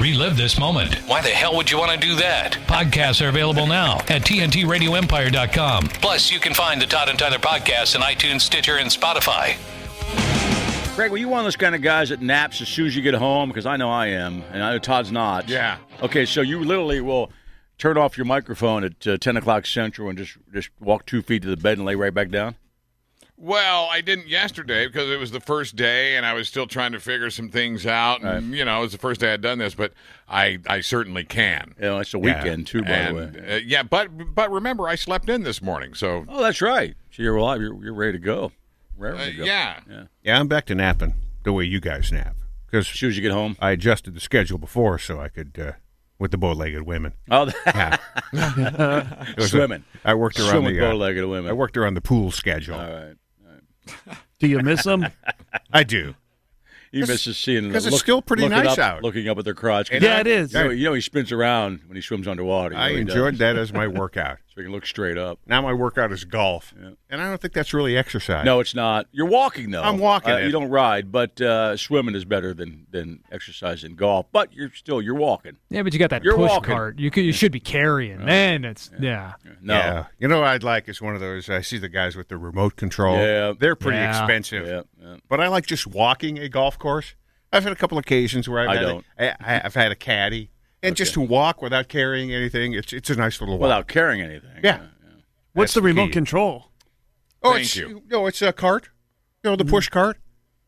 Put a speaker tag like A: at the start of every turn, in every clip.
A: relive this moment. Why the hell would you want to do that? Podcasts are available now at TNTRadioEmpire.com. Plus, you can find the Todd and Tyler podcast on iTunes, Stitcher, and Spotify.
B: Greg, were you one of those kind of guys that naps as soon as you get home? Because I know I am, and I know Todd's not.
C: Yeah.
B: Okay, so you literally will turn off your microphone at uh, ten o'clock central and just just walk two feet to the bed and lay right back down.
C: Well, I didn't yesterday because it was the first day, and I was still trying to figure some things out. And, You know, it was the first day I'd done this, but I I certainly can.
B: You know, it's a weekend too, by
C: and,
B: the way.
C: uh, yeah, but but remember, I slept in this morning, so
B: Oh, that's right. So you're alive. You're, you're ready to go. Ready
C: uh,
B: to go.
C: yeah.
D: Yeah, I'm back to napping the way you guys
B: As
D: nap because
B: soon as you get home.
D: I adjusted the schedule before so I could uh, with the bow-legged women.
B: Oh,
D: Yeah. It was a-
B: swimming.
D: I worked around
B: Swimming
D: the uh,
B: bow-legged women.
D: I worked around the pool schedule.
B: All right.
E: Do you miss them?
D: I do.
B: You miss just seeing
D: 'cause
B: the
D: it's still pretty
B: looking up-
D: nice out.
B: Looking up at their crotch.
D: And
E: yeah,
D: I-
E: it is.
B: You know, you know he spins around when he swims underwater. You
D: I
B: know he
D: enjoyed
B: does.
D: that as my workout.
B: So he can look straight up.
D: Now my workout is golf, and I don't think that's really exercise.
B: No, it's not. You're walking though.
D: I'm walking
B: Uh,
D: it.
B: you don't ride, but uh, swimming is better than than exercise and golf. But you're still you're walking.
E: Yeah, but you got that
B: You're
E: push
B: walking.
E: cart. You could, you should be carrying. Man, it's yeah.
B: No.
D: Yeah. You know what I'd like is one of those. I see the guys with the remote control.
B: Yeah.
D: They're pretty
E: Yeah.
D: expensive.
B: Yeah, yeah.
D: But I like just walking a golf course. I've had a couple occasions where I've
B: I
D: had
B: don't.
D: A, I, I've had a caddy, and just to walk without carrying anything, it's it's a nice little walk.
B: Without carrying anything.
D: yeah.
E: What's the
D: the
E: remote
D: key.
E: control?
D: Oh,
C: Thank
D: it's,
C: you.
D: No, it's a cart. You know the push cart,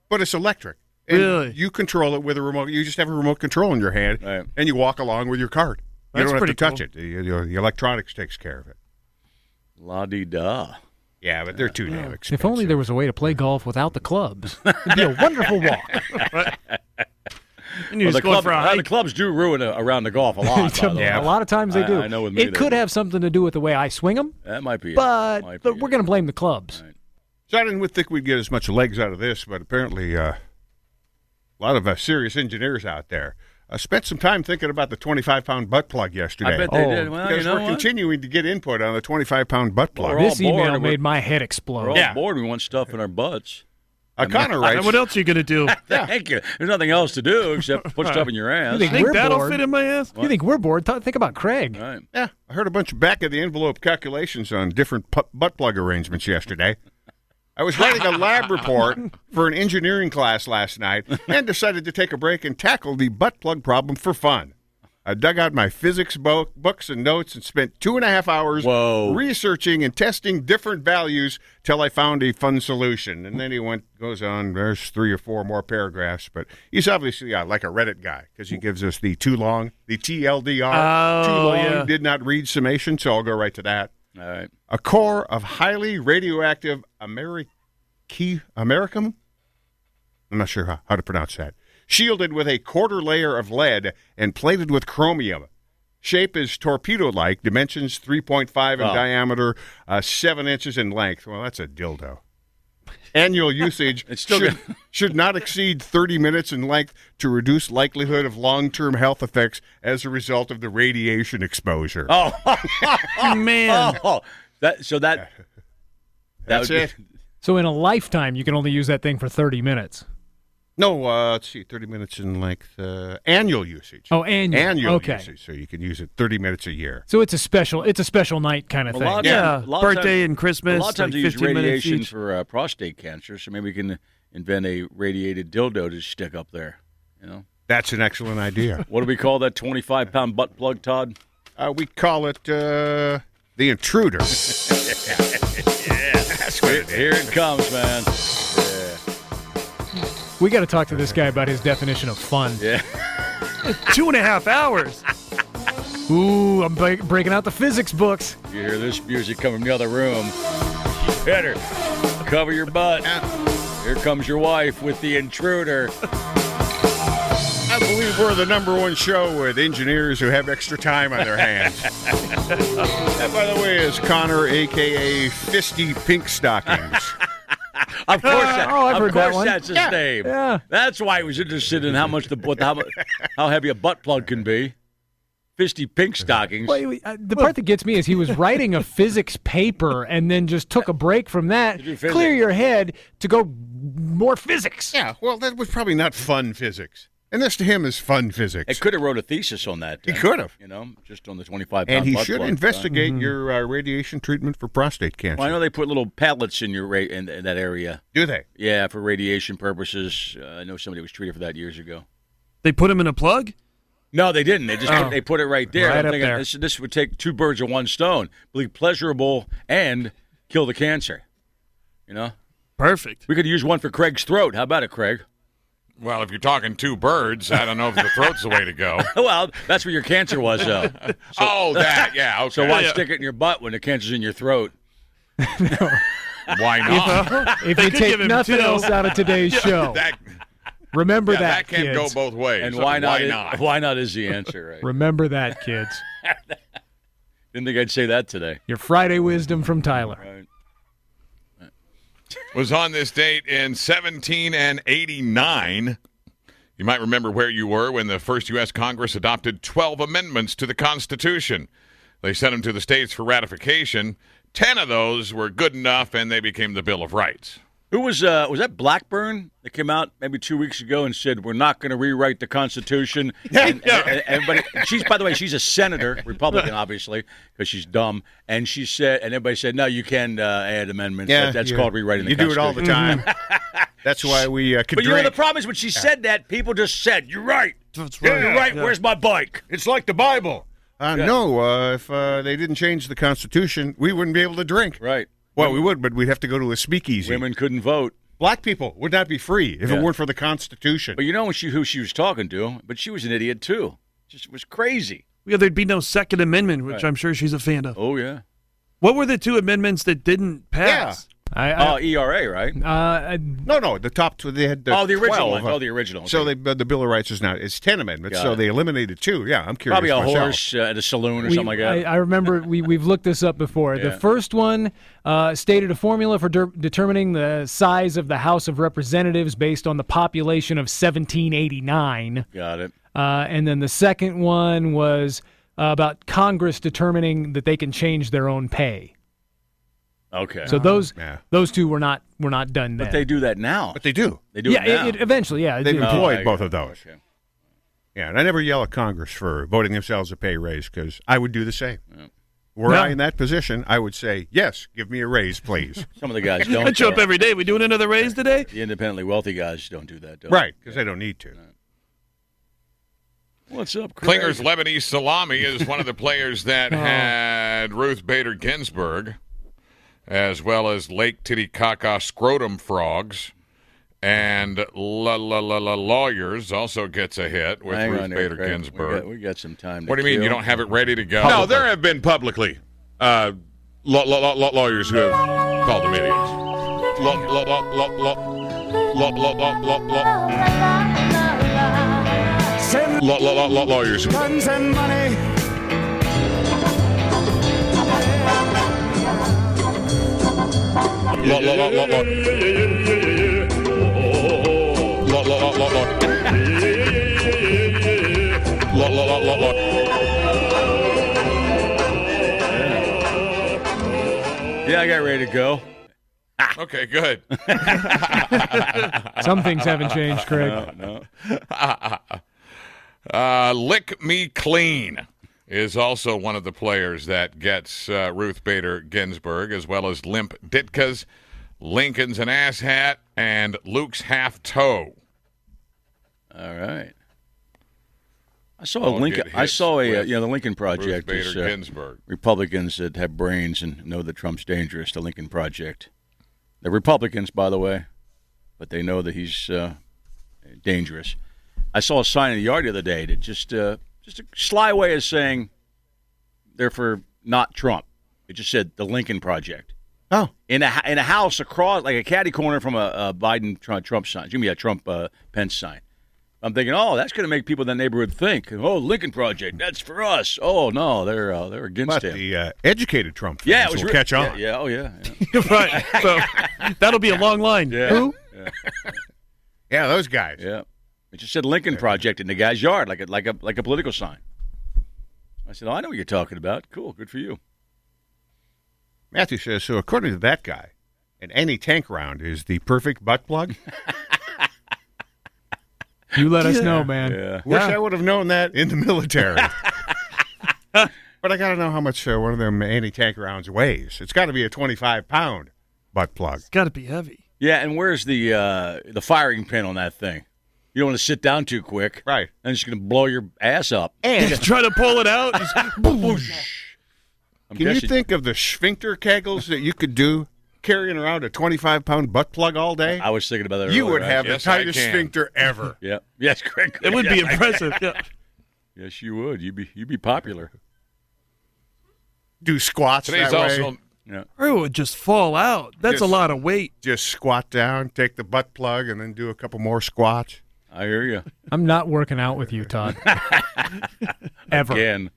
D: but it's electric. And
E: Mm. Really?
D: You control it with a remote. You just have a remote control in your hand,
B: Right.
D: and you walk along with your cart. You
E: That's
D: don't have to
E: pretty
D: touch it. The, the- the electronics takes care of it.
B: La di da.
D: Yeah, but they're too damn expensive.
E: If only there was a way to play golf without the clubs. It'd be a wonderful walk.
B: Well, the, club- uh, the clubs do ruin a, around the golf a lot. by the way.
E: A lot of times they
B: I-
E: do.
B: I know with me
E: it
B: they
E: could
B: do.
E: have something to do with the way I swing them,
B: That might be. it.
E: but
B: Might
E: but
B: be
E: we're
B: it.
E: going to blame the clubs.
D: So I didn't think we'd get as much legs out of this, but apparently uh, a lot of uh, serious engineers out there uh, spent some time thinking about the 25 pound butt plug yesterday.
B: I bet they
E: Oh,
B: did. Well, you
D: because
B: know
D: we're
B: what?
D: continuing to get input on the 25 pound butt plug.
B: We're all
E: This
B: bored
E: email
B: and we're-
E: made my head
B: We're
E: explode.
B: all
D: Yeah.
B: bored. We want stuff in our butts.
D: uh, Connor writes,
F: What else are you going to do?
B: Thank you. There's nothing else to do except put stuff in your ass.
E: You think,
F: Think
E: we're
F: that'll
E: bored?
F: fit in my ass?
E: You think we're bored? Th- think about Craig.
B: All right.
D: yeah, I heard a bunch of back of the envelope calculations on different pu- butt plug arrangements yesterday. I was writing a lab report for an engineering class last night and decided to take a break and tackle the butt plug problem for fun. I dug out my physics bo- books and notes and spent two and a half hours
B: Whoa.
D: researching and testing different values till I found a fun solution. And then he went goes on. There's three or four more paragraphs, but he's obviously uh, like a Reddit guy because he gives us the too long, the TLDR, too
F: Oh,
D: long
F: yeah.
D: did not read summation. So I'll go right to that
B: All right.
D: a core of highly radioactive Ameri- key Americum. I'm not sure how, how to pronounce that. Shielded with a quarter layer of lead and plated with chromium. Shape is torpedo like, dimensions 3.5 in
B: Wow.
D: diameter, uh, 7 inches in length. Well, that's a dildo. Annual usage
B: It's still
D: should,
B: good.
D: should not exceed 30 minutes in length to reduce likelihood of long term health effects as a result of the radiation exposure.
B: Oh,
F: Man.
B: oh, that. So that. that
D: That's
B: would be-
D: it.
E: So in a lifetime, you can only use that thing for 30 minutes.
D: No, uh, let's see, 30 minutes in length, uh, annual usage.
E: Oh, annual.
D: Annual
E: okay.
D: usage, so you can use it 30 minutes a year.
E: So it's a special. It's a special night kind of
B: A
E: thing.
B: lot of
F: Yeah.
B: A lot of
F: Birthday
B: times-
F: and
B: A
F: Christmas.
B: lot of times
F: like
B: they use
F: 15 minutes
B: radiation
F: each.
B: for uh, prostate cancer, so maybe we can invent a radiated dildo to stick up there. You know,
D: That's an excellent idea.
B: what do we call that twenty-five pound butt plug, Todd?
D: uh, we call it uh, the intruder.
B: Here it comes, man.
E: We got to talk to this guy about his definition of fun.
B: Yeah.
F: Two and a half hours.
E: Ooh, I'm break- breaking out the physics books.
B: You hear this music coming from the other room? You better cover your butt. Here comes your wife with the intruder.
D: I believe we're the number one show with engineers who have extra time on their hands. that, by the way, is Connor, a.k.a. Fisty Pink Stockings.
B: Of course, that,
E: Oh, I've
B: of
E: heard that
B: course
E: one.
B: that's his name.
E: Yeah.
B: That's why I was interested in how much the what, how, mu- how heavy a butt plug can be. Fisty pink stockings.
E: Wait, wait, uh, the part that gets me is he was writing a physics paper and then just took a break from that.
B: do physics.
E: Clear your head to go more physics.
D: yeah, well, that was probably not fun physics. And this to him is fun physics.
B: I could have wrote a thesis on that.
D: He
B: uh,
D: could have.
B: You know, just on the 25
D: and
B: pound
D: he
B: butt
D: should
B: plug, uh,
D: investigate your uh, radiation treatment for prostate cancer.
B: Well, I know they put little pellets in your ra- in, in that area.
D: Do they?
B: Yeah, for radiation purposes. Uh, I know somebody was treated for that years ago.
F: They put him in a plug?
B: No, they didn't. They just
F: Oh.
B: put, they put it right there.
E: Right
B: I'm
E: up
B: thinking
E: there.
B: This, this would take two birds with one stone: be pleasurable and kill the cancer. You know,
F: Perfect.
B: we could use one for Craig's throat. How about it, Craig?
C: Well, if you're talking two birds, I don't know if the throat's the way to go.
B: well, that's where your cancer was, though.
C: oh, that, yeah, okay.
B: So why
F: Yeah.
B: stick it in your butt when the cancer's in your throat?
C: Why
B: uh,
C: not?
E: If
F: They
E: you
F: could
E: take
F: give him
E: nothing
F: two.
E: else out of today's show,
C: that
E: remember
C: yeah,
E: that,
C: that can
E: kids.
C: go both ways.
B: And why not?
C: Why
B: is-
C: not?
B: Why not is the answer. Right?
E: Remember that, kids.
B: Didn't think I'd say that today.
E: Your Friday wisdom from Tyler.
C: was on this date in 17 and 89. You might remember where you were when the first U.S. Congress adopted 12 amendments to the Constitution. They sent them to the states for ratification. Ten of those were good enough, and they became the Bill of Rights.
B: Who was uh, was that Blackburn that came out maybe two weeks ago and said we're not going to rewrite the Constitution? And, and everybody, she's by the way, she's a senator, Republican, obviously, because she's dumb. And she said, and everybody said, no, you can uh, add amendments. That- that's
D: you-
B: called rewriting the Mm-hmm.
D: You do it
B: Constitution.
D: all the time. That's why we uh, could
B: But you know the
D: drink.
B: problem is when she said that, people just said, "You're right.
F: That's
B: Yeah,
F: right.
B: You're right.
F: Yeah.
B: Where's my bike?"
D: It's like the Bible. Uh, No, uh, if uh, they didn't change the Constitution, we wouldn't be able to drink.
B: Right.
D: Well, we would, but we'd have to go to a speakeasy.
B: Women couldn't vote.
D: Black people would not be free if
B: Yeah.
D: it weren't for the Constitution.
B: But you know she, who she was talking to, but she was an idiot too. Just was crazy.
F: Yeah, there'd be no Second Amendment, which I'm sure she's a fan of.
B: Oh yeah.
F: What were the two amendments that didn't
E: I,
F: pass?
B: Oh,
E: I,
B: ERA, right?
E: uh,
D: no, no, the top two, they had the
B: oh, the original
D: 12.
B: one. Oh, the original.
D: So
B: Okay.
D: they, but the Bill of Rights is not, it's 10 amendments,
B: Got
D: so
B: it.
D: they eliminated two. Yeah, I'm curious.
B: Probably a
D: myself.
B: horse uh, at a saloon or
E: we-
B: something like that.
E: I, I remember we, we've looked this up before. The first one uh, stated a formula for der- determining the size of the House of Representatives based on the population of 1789.
B: Got it.
E: Uh, and then the second one was uh, about Congress determining that they can change their own pay.
B: Okay.
E: So those
D: yeah.
E: those two were not were not done then.
B: Oh, but they do that now.
D: But they do.
B: They do
E: yeah,
B: it now.
E: It, it eventually, yeah. it
D: They've
E: did.
B: Oh,
D: employed
B: I
D: both
B: got
D: of
B: it.
D: those.
B: Okay.
D: Yeah, and I never yell at Congress for voting themselves a pay raise because I would do the same. Were
F: No.
D: I in that position, I would say, yes, give me a raise, please.
B: Some of the guys
F: I
B: don't.
F: show up
B: though.
F: every day. We doing another raise today?
B: the independently wealthy guys don't do that. Though.
D: right, because I don't need to.
B: What's up, Craig?
C: Klinger's Lebanese salami is one of the players
B: Oh.
C: that had Ruth Bader Ginsburg, as well as Lake Titicaca scrotum frogs, and La La La La Lawyers also gets a hit with
B: Hang
C: Ruth
B: on there,
C: Bader
B: Craig.
C: Ginsburg.
B: We got, we got some time. to
C: What do you mean
B: kill.
C: you don't have it ready to go?
G: No, there have been publicly uh, law, law, law, law- lawyers who have called them idiots. Law, law, law, law, law, law, law, law, law, law. Law, law, law, law, lawyers.
H: Guns and money.
G: Law, law, law, law, law. Law, law, law, law, law. Law, law, law, law, law.
B: Yeah, I got ready to go.
C: Okay, good.
E: Some things haven't changed, Craig.
C: Uh, Lick Me Clean is also one of the players that gets uh, Ruth Bader Ginsburg, as well as Limp Ditka's, Lincoln's an ass hat, and Luke's half toe.
B: All right. I saw a
C: Don't
B: Lincoln.
C: get
B: I
C: hits
B: saw a uh,
C: with
B: you know the Lincoln
C: Ruth
B: Project is
C: Bader
B: uh,
C: Ginsburg.
B: Republicans that have brains and know that Trump's dangerous. The Lincoln Project. They're Republicans, by the way, but they know that he's uh, dangerous. I saw a sign in the yard the other day that just uh, just a sly way of saying they're for not Trump. It just said the Lincoln Project.
D: Oh,
B: in a in a house across like a caddy corner from a, a Biden Trump, Trump sign. Excuse me, a Trump uh, Pence sign. I'm thinking, oh, that's going to make people in that neighborhood think, oh, Lincoln Project, that's for us. Oh no, they're uh, they're against
D: but
B: him.
D: the uh, educated Trump fans
B: yeah, it was
D: will
B: re-
D: catch
B: yeah,
D: on.
B: Yeah, oh yeah. yeah.
F: right. So that'll be a long line.
E: Who?
D: Yeah, those guys.
B: Yeah. It just said Lincoln Project in the guy's yard, like a like a like a political sign. I said, oh, I know what you're talking about. Cool, good for you.
D: Matthew says so. According to that guy, an any tank round is the perfect butt plug.
E: You let us know, man.
D: Wish I would have known that in the military. but I got to know how much uh, one of them anti tank rounds weighs. It's got to be a 25 pound butt plug.
F: Got to be heavy.
B: Yeah, and where's the uh, the firing pin on that thing? You don't want to sit down too quick.
D: Right.
B: And it's going to blow your ass up.
F: Just try to pull it out. Just-
B: I'm
D: Can you
B: guessing-
D: think of the sphincter kegels that you could do carrying around a 25 pound butt plug all day?
B: I was thinking about that.
D: you
B: earlier,
D: would
B: right?
D: have
C: Yes,
D: the
C: I
D: tightest
C: can.
D: sphincter ever.
B: Yeah. Yes, Greg.
F: it would be impressive. Yeah.
B: Yes, you would. You'd be you'd be popular.
D: Do squats
C: Today's
D: that way.
C: also
F: Or it would just fall out. That's a
D: Just-
F: lot of weight.
D: Just squat down, take the butt plug, and then do a couple more squats.
B: I hear you.
E: I'm not working out with you, Todd. Ever.
B: Again.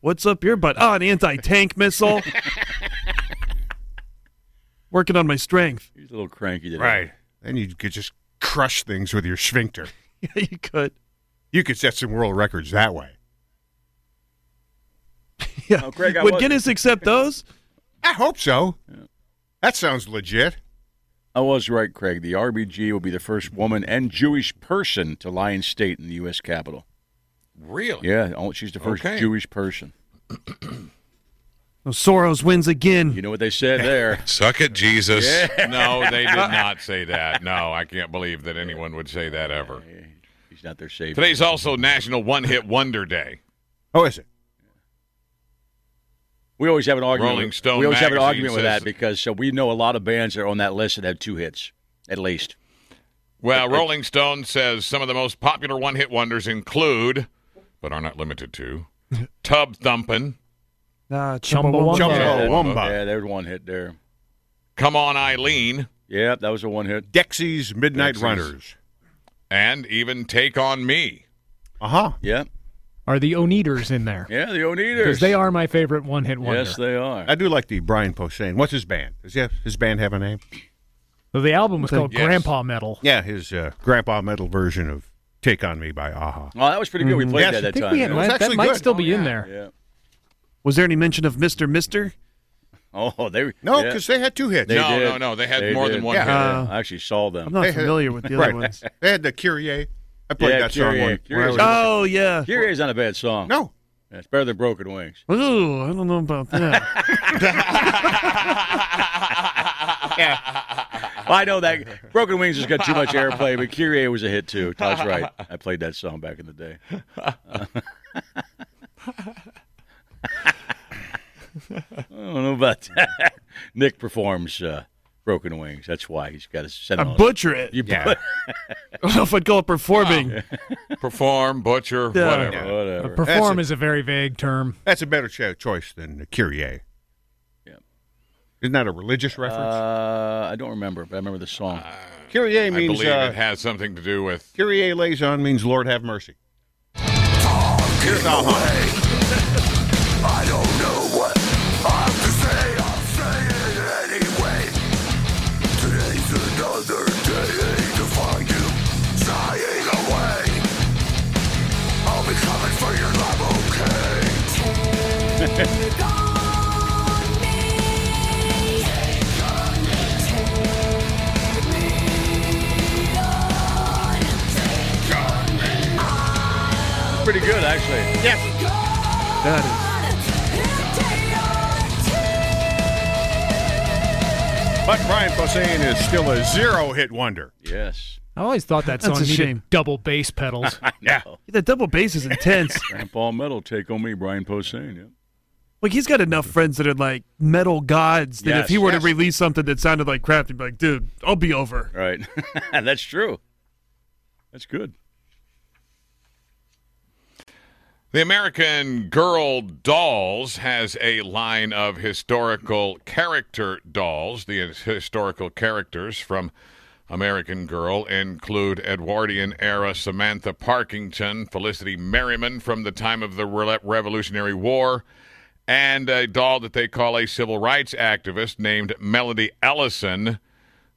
F: What's up your butt? Oh, an anti tank missile. Working on my strength.
B: He's a little cranky today.
D: Then you could just crush things with your sphincter.
F: Yeah, you could.
D: You could set some world records that way.
F: Yeah.
B: Oh, Greg, I
F: would
B: was-
F: Guinness accept those?
D: I hope so. That sounds legit.
B: I was right, Craig. The RBG will be the first woman and Jewish person to lie in state in the U.S. Capitol.
C: really.
B: Yeah, oh, she's the first
C: Okay.
B: Jewish person.
F: Oh, Soros wins again.
B: You know what they said there?
G: Suck it, Jesus.
C: No, they did not say that. No, I can't believe that anyone would say that ever.
B: He's not their savior.
C: Today's also National One Hit Wonder Day.
D: Oh, is it?
B: we always have an argument.
C: Rolling
B: with-
C: Stone
B: We always have an
C: magazine
B: argument with
C: says-
B: that because so we know a lot of bands that are on that list that have two hits at least.
C: Well, Rolling Stone says some of the most popular one hit wonders include, but are not limited to, Tub Thumpin',
F: Nah,
E: Chumbawamba.
F: Chumbawamba.
D: Chumbawamba.
B: Yeah, there's one hit there.
C: Come On Eileen,
B: Yeah, that was a one hit.
D: Dexy's Midnight
C: Dexys.
D: Runners.
C: and even Take On Me.
D: Uh huh.
B: Yeah,
E: Are the Oneaters in there?
B: yeah, the Oneaters.
E: Because they are my favorite one hit wonder.
B: Yes, they are.
D: I do like the Brian Posehn. What's his band? Does he have, his band have a name?
E: Though the album was called
C: Yes.
E: Grandpa Metal.
D: Yeah, his uh, grandpa metal version of "Take on Me" by Aha.
B: Oh, that was pretty good. We played
D: Yes,
B: that
D: I
B: that
E: I think
B: time.
E: we had,
B: yeah.
D: was
E: that
D: actually
E: might
D: good.
E: still be in there.
B: Oh, Yeah.
F: Was there any mention of Mr. Mister?
B: Oh, they
D: No,
B: yeah.
D: because they had two hits.
B: They
C: no,
B: did.
C: no, no. They had
B: They
C: more
B: did.
C: than one
D: Yeah.
C: hit.
F: Uh,
B: I actually saw them.
F: I'm not familiar with the other
D: Right.
F: ones.
D: They had the Kyrie. I played
B: Yeah, Oh.
D: that
B: Kyrie.
D: song. When, when I
B: Kyrie.
D: was,
F: Oh, yeah.
B: Here is not a bad song.
D: no,
B: Yeah, it's better than Broken Wings.
F: Ooh, I don't know about that.
B: Well, I know that Broken Wings has got too much airplay, but Kyrie was a hit too. Todd's right. I played that song back in the day. I don't know about that. Nick performs uh, Broken Wings. That's why he's got his
F: I
B: sentiment.
F: butcher it.
B: You
D: Yeah.
B: but-
F: I don't know if I'd call it performing.
C: Perform, Butcher,
F: Yeah.
C: whatever.
D: Yeah.
E: Uh,
B: Whatever.
E: perform
D: That's it.
E: is a very vague term.
D: that's a better cho- choice than the Kyrie.
B: Yeah.
D: Isn't that a religious reference?
B: Uh, I don't remember, but I remember the song.
D: Kyrie
C: I
D: means
C: believe
D: uh,
C: it has something to do with
D: Kyrie liaison means Lord have mercy. Here's Aha.
B: Pretty good, actually.
F: That
D: But Brian Posehn is still a zero-hit wonder.
B: Yes.
E: I always thought that
F: That's
E: song
F: a
E: needed
F: shame.
E: double bass pedals.
D: Yeah.
F: is, that double bass is intense.
B: Grandpa Metal, take on me, Brian Posehn. Yeah.
F: like, he's got enough friends that are like metal gods that
B: Yes,
F: if he were
D: yes.
F: to release something that sounded like crap, he'd be like, dude, I'll be over.
B: Right. That's true. That's good.
C: The American Girl Dolls has a line of historical character dolls. The historical characters from American Girl include Edwardian era Samantha Parkington, Felicity Merriman from the time of the Re- Revolutionary War, and a doll that they call a civil rights activist named Melody Ellison.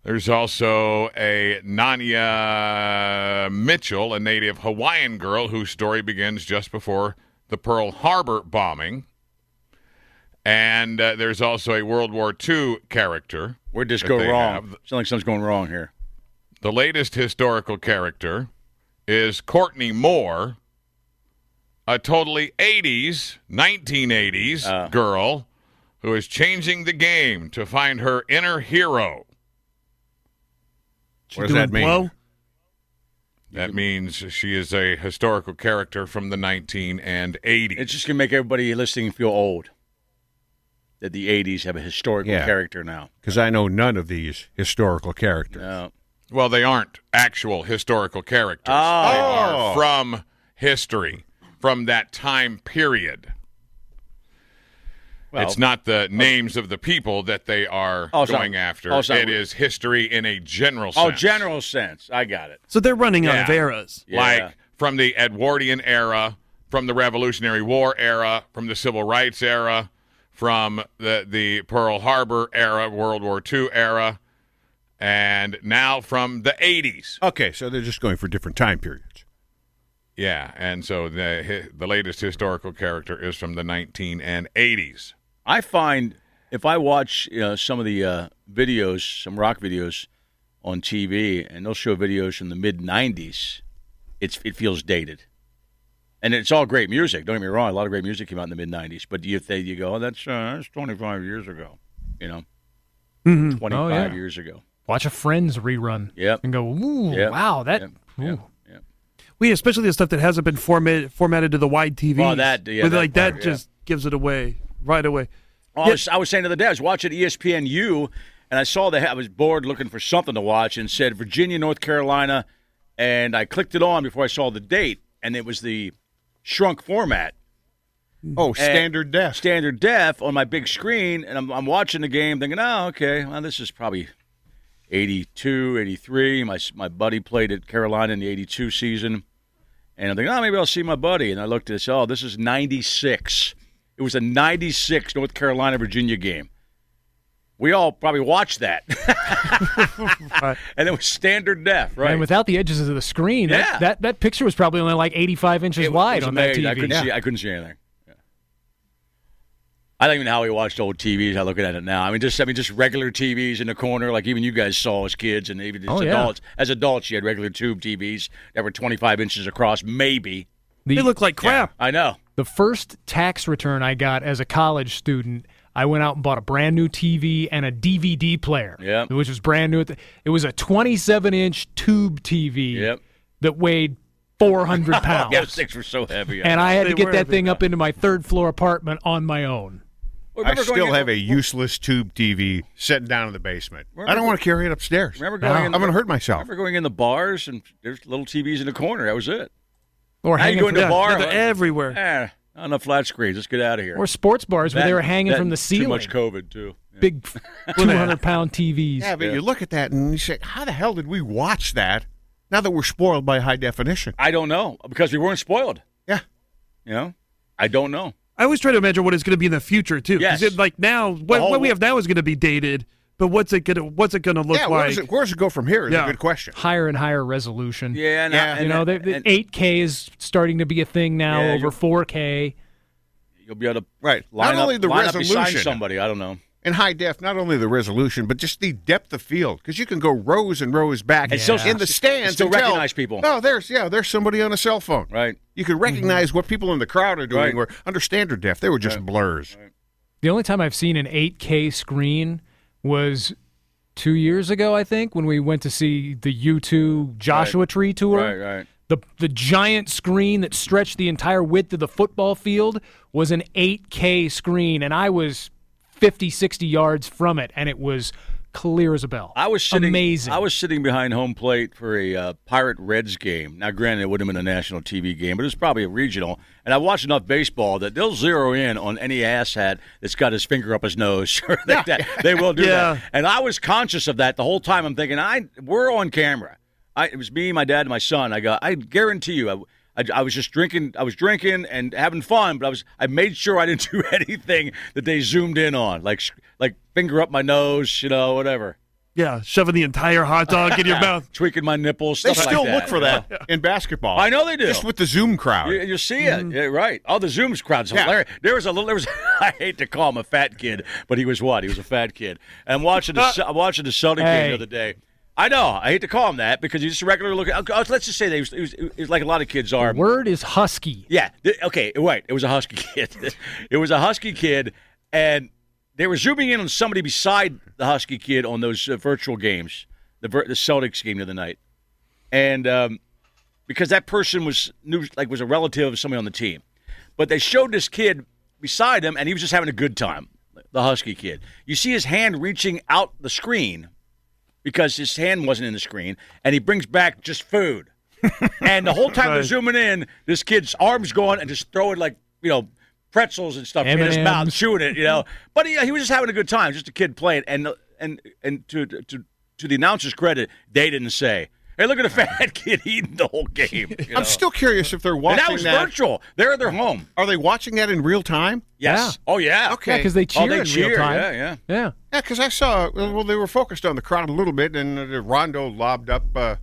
C: There's also a Nanya Mitchell, a native Hawaiian girl whose story begins just before the Pearl Harbor bombing. And uh, there's also a World War II character.
B: Where'd this
C: that
B: go
C: they
B: wrong?
C: have.
B: Sounds like something's going wrong here.
C: The latest historical character is Courtney Moore, a totally 80s, 1980s girl who is changing the game to find her inner hero.
D: What does that mean?
F: blow?
C: That means she is a historical character from the 19 and 80s.
B: It's just gonna make everybody listening feel old. That the '80s have a historical
D: Yeah.
B: character now. Oh,
D: Because I know none of these historical characters.
B: No.
C: Well, they aren't actual historical characters.
B: Oh.
C: They are from history, from that time period.
B: Well-
C: it's not the names of the people that they are
B: Oh, so-
C: going after.
B: oh, so-
C: it is history in a general sense.
B: Oh, general sense. I got it.
F: So they're running out of
C: Yeah.
F: eras.
B: Yeah.
C: Like from the Edwardian era, from the Revolutionary War era, from the Civil Rights era, from the, the Pearl Harbor era, World War II era, and now from the 80s.
D: Okay, so they're just going for different time periods.
C: Yeah, and so the hi- the latest historical character is from the 19 and 80s.
B: I find if I watch uh, some of the uh, videos, some rock videos on TV, and they'll show videos from the mid '90s, it's it feels dated. And it's all great music. Don't get me wrong; a lot of great music came out in the mid '90s. But if they you go, oh, that's uh, that's 25 years ago, you know, 25
E: yeah.
B: years ago.
E: Watch a Friends rerun.
B: Yep.
E: And go, ooh,
B: Yep.
E: wow, that.
B: Yep.
E: Ooh.
B: Yep. Yep.
F: We especially the stuff that hasn't been formatted formatted to the wide TV.
B: Well, that- yeah, that
F: like
B: part,
F: that
B: yeah.
F: just gives it away right away.
B: Well, I, was, I was saying the other day, I was watching ESPNU, and I saw that I was bored looking for something to watch, and said Virginia, North Carolina, and I clicked it on before I saw the date, and it was the shrunk format,
D: Oh, standard desk.
B: standard def on my big screen, and I'm, I'm watching the game, thinking, oh, okay, well, this is probably 82, 83. My s- my buddy played at Carolina in the 82 season, and I'm thinking, oh, maybe I'll see my buddy, and I looked at this, oh, this is 96. It was a 96 North Carolina Virginia game we all probably watched that. And it was standard def, right?
E: And without the edges of the screen,
B: Yeah.
E: that, that that picture was probably only like 85 inches
B: It was
E: wide on that
B: amazing. I
E: TV.
B: couldn't, see, I couldn't see anything. Yeah. I don't even know how we watched old TVs. I look at it now. I mean, just I mean, just regular TVs in the corner, like even you guys saw as kids, and even as
E: Oh, yeah.
B: adults. As adults, you had regular tube TVs that were 25 inches across, maybe.
E: The-
F: They look like crap.
B: I know.
E: the first tax return I got as a college student, I went out and bought a brand new TV and a DVD player,
B: Yep.
E: which was brand new. at the- It was a 27 inch tube TV
B: Yep. Oh,
E: that weighed 400 pounds.
B: Yeah, those things were so heavy.
E: And I had
F: They
E: to get
F: were
E: that
F: big.
E: thing up into my third floor apartment on my own.
D: I still have a useless tube TV sitting down in the basement. I don't want to carry it upstairs.
B: Remember going in-
D: I'm going to hurt myself.
B: Remember going in the bars and there's little TVs in the corner. That was it.
E: Or
B: Now you
E: hanging
B: go into
E: from,
B: a bar.
F: they're
B: huh?
F: everywhere.
B: Eh, not enough flat screens. Let's get out of here.
E: or sports bars where they
B: That-
E: were hanging
B: that
E: from
B: and
E: the ceiling.
B: Too much COVID too. Yeah.
E: Big 200 pound TVs.
D: Yeah, but you look at that and you say, how the hell did we watch that now that we're spoiled by high definition?
B: I don't know because we weren't spoiled.
D: Yeah.
B: You know, I don't know.
F: I always try to imagine what it's going to be in the future too.
B: Yes.
F: 'cause it, like now, what,
B: whole-
F: what we have now is going to be dated, but what's it going to what's it going to look
D: yeah, where
F: like?
D: does it, where does it go from here is
F: Yeah.
D: a good question.
E: Higher and higher resolution.
B: Yeah, and I-
D: Yeah.
B: and
E: You know,
B: that-
E: they, the
B: and
E: 8K is starting to be a thing now
B: Yeah,
E: over
B: you're-
E: 4K.
B: you'll be able to
D: Right.
B: line
D: not
B: up-
D: only the
B: line up beside
D: resolution
B: somebody. I don't know.
D: in high def, not only the resolution, but just the depth of field because you can go rows and rows back
B: And still-
D: in the stands
B: still
D: and tell-
B: recognize people.
D: Oh, there's yeah, there's somebody on a cell phone.
B: Right. Mm-hmm.
D: You can recognize what people in the crowd are doing.
B: Right.
D: Where under standard def, they were just blurs.
E: The only time I've seen an 8K screen was two years ago, I think, when we went to see the U2 Joshua Tree tour.
B: Right, right.
E: The, the giant screen that stretched the entire width of the football field was an 8K screen, and I was 50, 60 yards from it, and it was clear as a bell.
B: I was sitting.
E: Amazing.
B: I was sitting behind home plate for a uh, Pirate Reds game. Now, granted, it would have been a national TV game, but it was probably a regional. And I watched enough baseball that they'll zero in on any asshat that's got his finger up his nose. or like that. They will do
F: Yeah.
B: that. And I was conscious of that the whole time. I'm thinking, I we're on camera. I, it was me, my dad, and my son. I got. I guarantee you. I, I, I was just drinking. I was drinking and having fun, but I was. I made sure I didn't do anything that they zoomed in on, like like finger up my nose, you know, whatever
F: yeah, shoving the entire hot dog in your mouth.
B: tweaking my nipples.
D: They
B: stuff
D: still
B: like
D: look for that in basketball.
B: I know they do.
D: Just with Mm-hmm. the Zoom crowd.
B: You, you see it, yeah, right? Oh, the Zooms crowd's hilarious. There was a little. There was. I hate to call him a fat kid, but he was what? He was a fat kid. And watching the Ce- watching the Celtic game
E: Hey.
B: the other day, I know. I hate to call him that because he's just a regular looking. oh, Let's just say that he was, he was, he was like a lot of kids are.
E: Word is husky.
B: Yeah. th- Okay. Right. It was a husky kid. it was a husky kid, and they were zooming in on somebody beside the husky kid on those uh, virtual games, the vir- the Celtics game of the night, and um, because that person was knew like was a relative of somebody on the team, but they showed this kid beside him, and he was just having a good time. The husky kid. You see his hand reaching out the screen because his hand wasn't in the screen, and he brings back just food. and the whole time they're zooming in, this kid's arms going and just throwing like you know pretzels and stuff in his
E: M&Ms.
B: mouth, chewing it, you know. But he, he was just having a good time, just a kid playing. And and and to to to the announcer's credit, they didn't say, "Hey, look at a fat kid eating the whole game." you know.
D: I'm still curious if they're watching
B: and that was virtual. They're at their home.
D: Are they watching that in real time?
B: Yes. Oh yeah.
D: Okay.
E: Yeah, because they cheer
B: Oh, they
E: in
B: cheer.
E: real time.
B: Yeah, yeah.
E: Yeah.
D: Yeah, because I saw. Well, they were focused on the crowd a little bit, and uh, Rondo lobbed up, uh,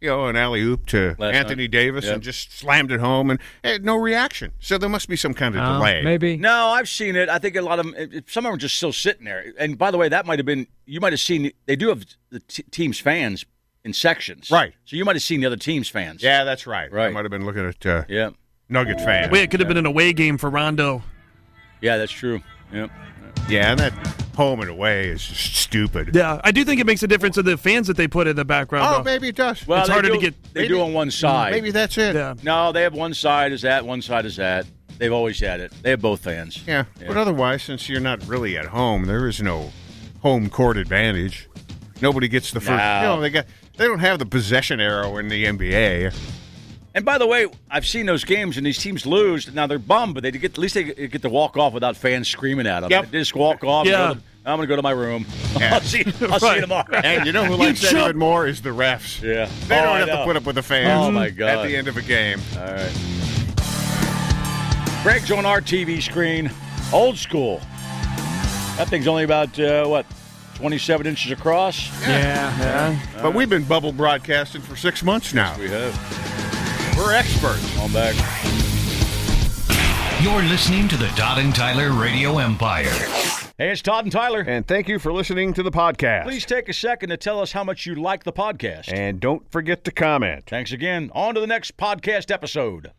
D: you know, an alley oop to
B: Last
D: Anthony
B: night.
D: Davis
B: Yep.
D: and just slammed it home, and eh, no reaction. So there must be some kind of
E: Uh,
D: delay.
E: maybe.
B: No, I've seen it. I think a lot of 'em- it- it- some of them are just still sitting there. And by the way, that might have been you might have seen they do have the t- team's fans in sections,
D: Right.
B: So you might have seen the other team's fans.
D: Yeah, that's right. I
B: Right.
D: might have been looking at uh,
B: yeah,
D: Nugget fans.
F: Wait, it could have been an away game for Rondo.
B: yeah. That's true. Yeah.
D: Yeah, and that home and away is just stupid.
F: Yeah, I do think it makes a difference of the fans that they put in the background.
D: Oh,
F: though.
D: maybe it does.
B: Well,
F: It's
B: they
F: harder
B: do,
F: to get-
B: They do on one side.
D: maybe that's it.
F: Yeah.
B: No, they have one side is that, one side is that. They've always had it. They have both fans.
D: Yeah, but otherwise, since you're not really at home, there is no home court advantage. Nobody gets the first.
B: No.
D: You know, they got they don't have the possession arrow in the NBA.
B: And by the way, I've seen those games, and these teams lose. Now they're bummed, but they get at least they get to walk off without fans screaming at them.
D: Yep.
B: They just walk off.
F: Yeah.
B: And go to- I'm going to go to my room.
D: Yeah.
B: I'll see. I'll see you
F: Right.
B: tomorrow.
D: And you know who likes that
F: jump.
D: even more is the refs.
B: Yeah. Oh,
D: They don't
B: I
D: have to
B: know.
D: put up with the fans.
B: Oh, my
D: At
B: God.
D: the end of a game,
B: All right. Greg's on our TV screen. Old school. That thing's only about, uh, what, 27 inches across?
E: Yeah.
D: but we've been bubble broadcasting for six months now.
B: We have.
D: We're experts.
B: On back.
A: You're listening to the Todd and Tyler Radio Empire.
B: Hey, it's Todd and Tyler.
D: And thank you for listening to the podcast.
B: Please take a second to tell us how much you like the podcast.
D: and don't forget to comment.
B: Thanks again. On to the next podcast episode.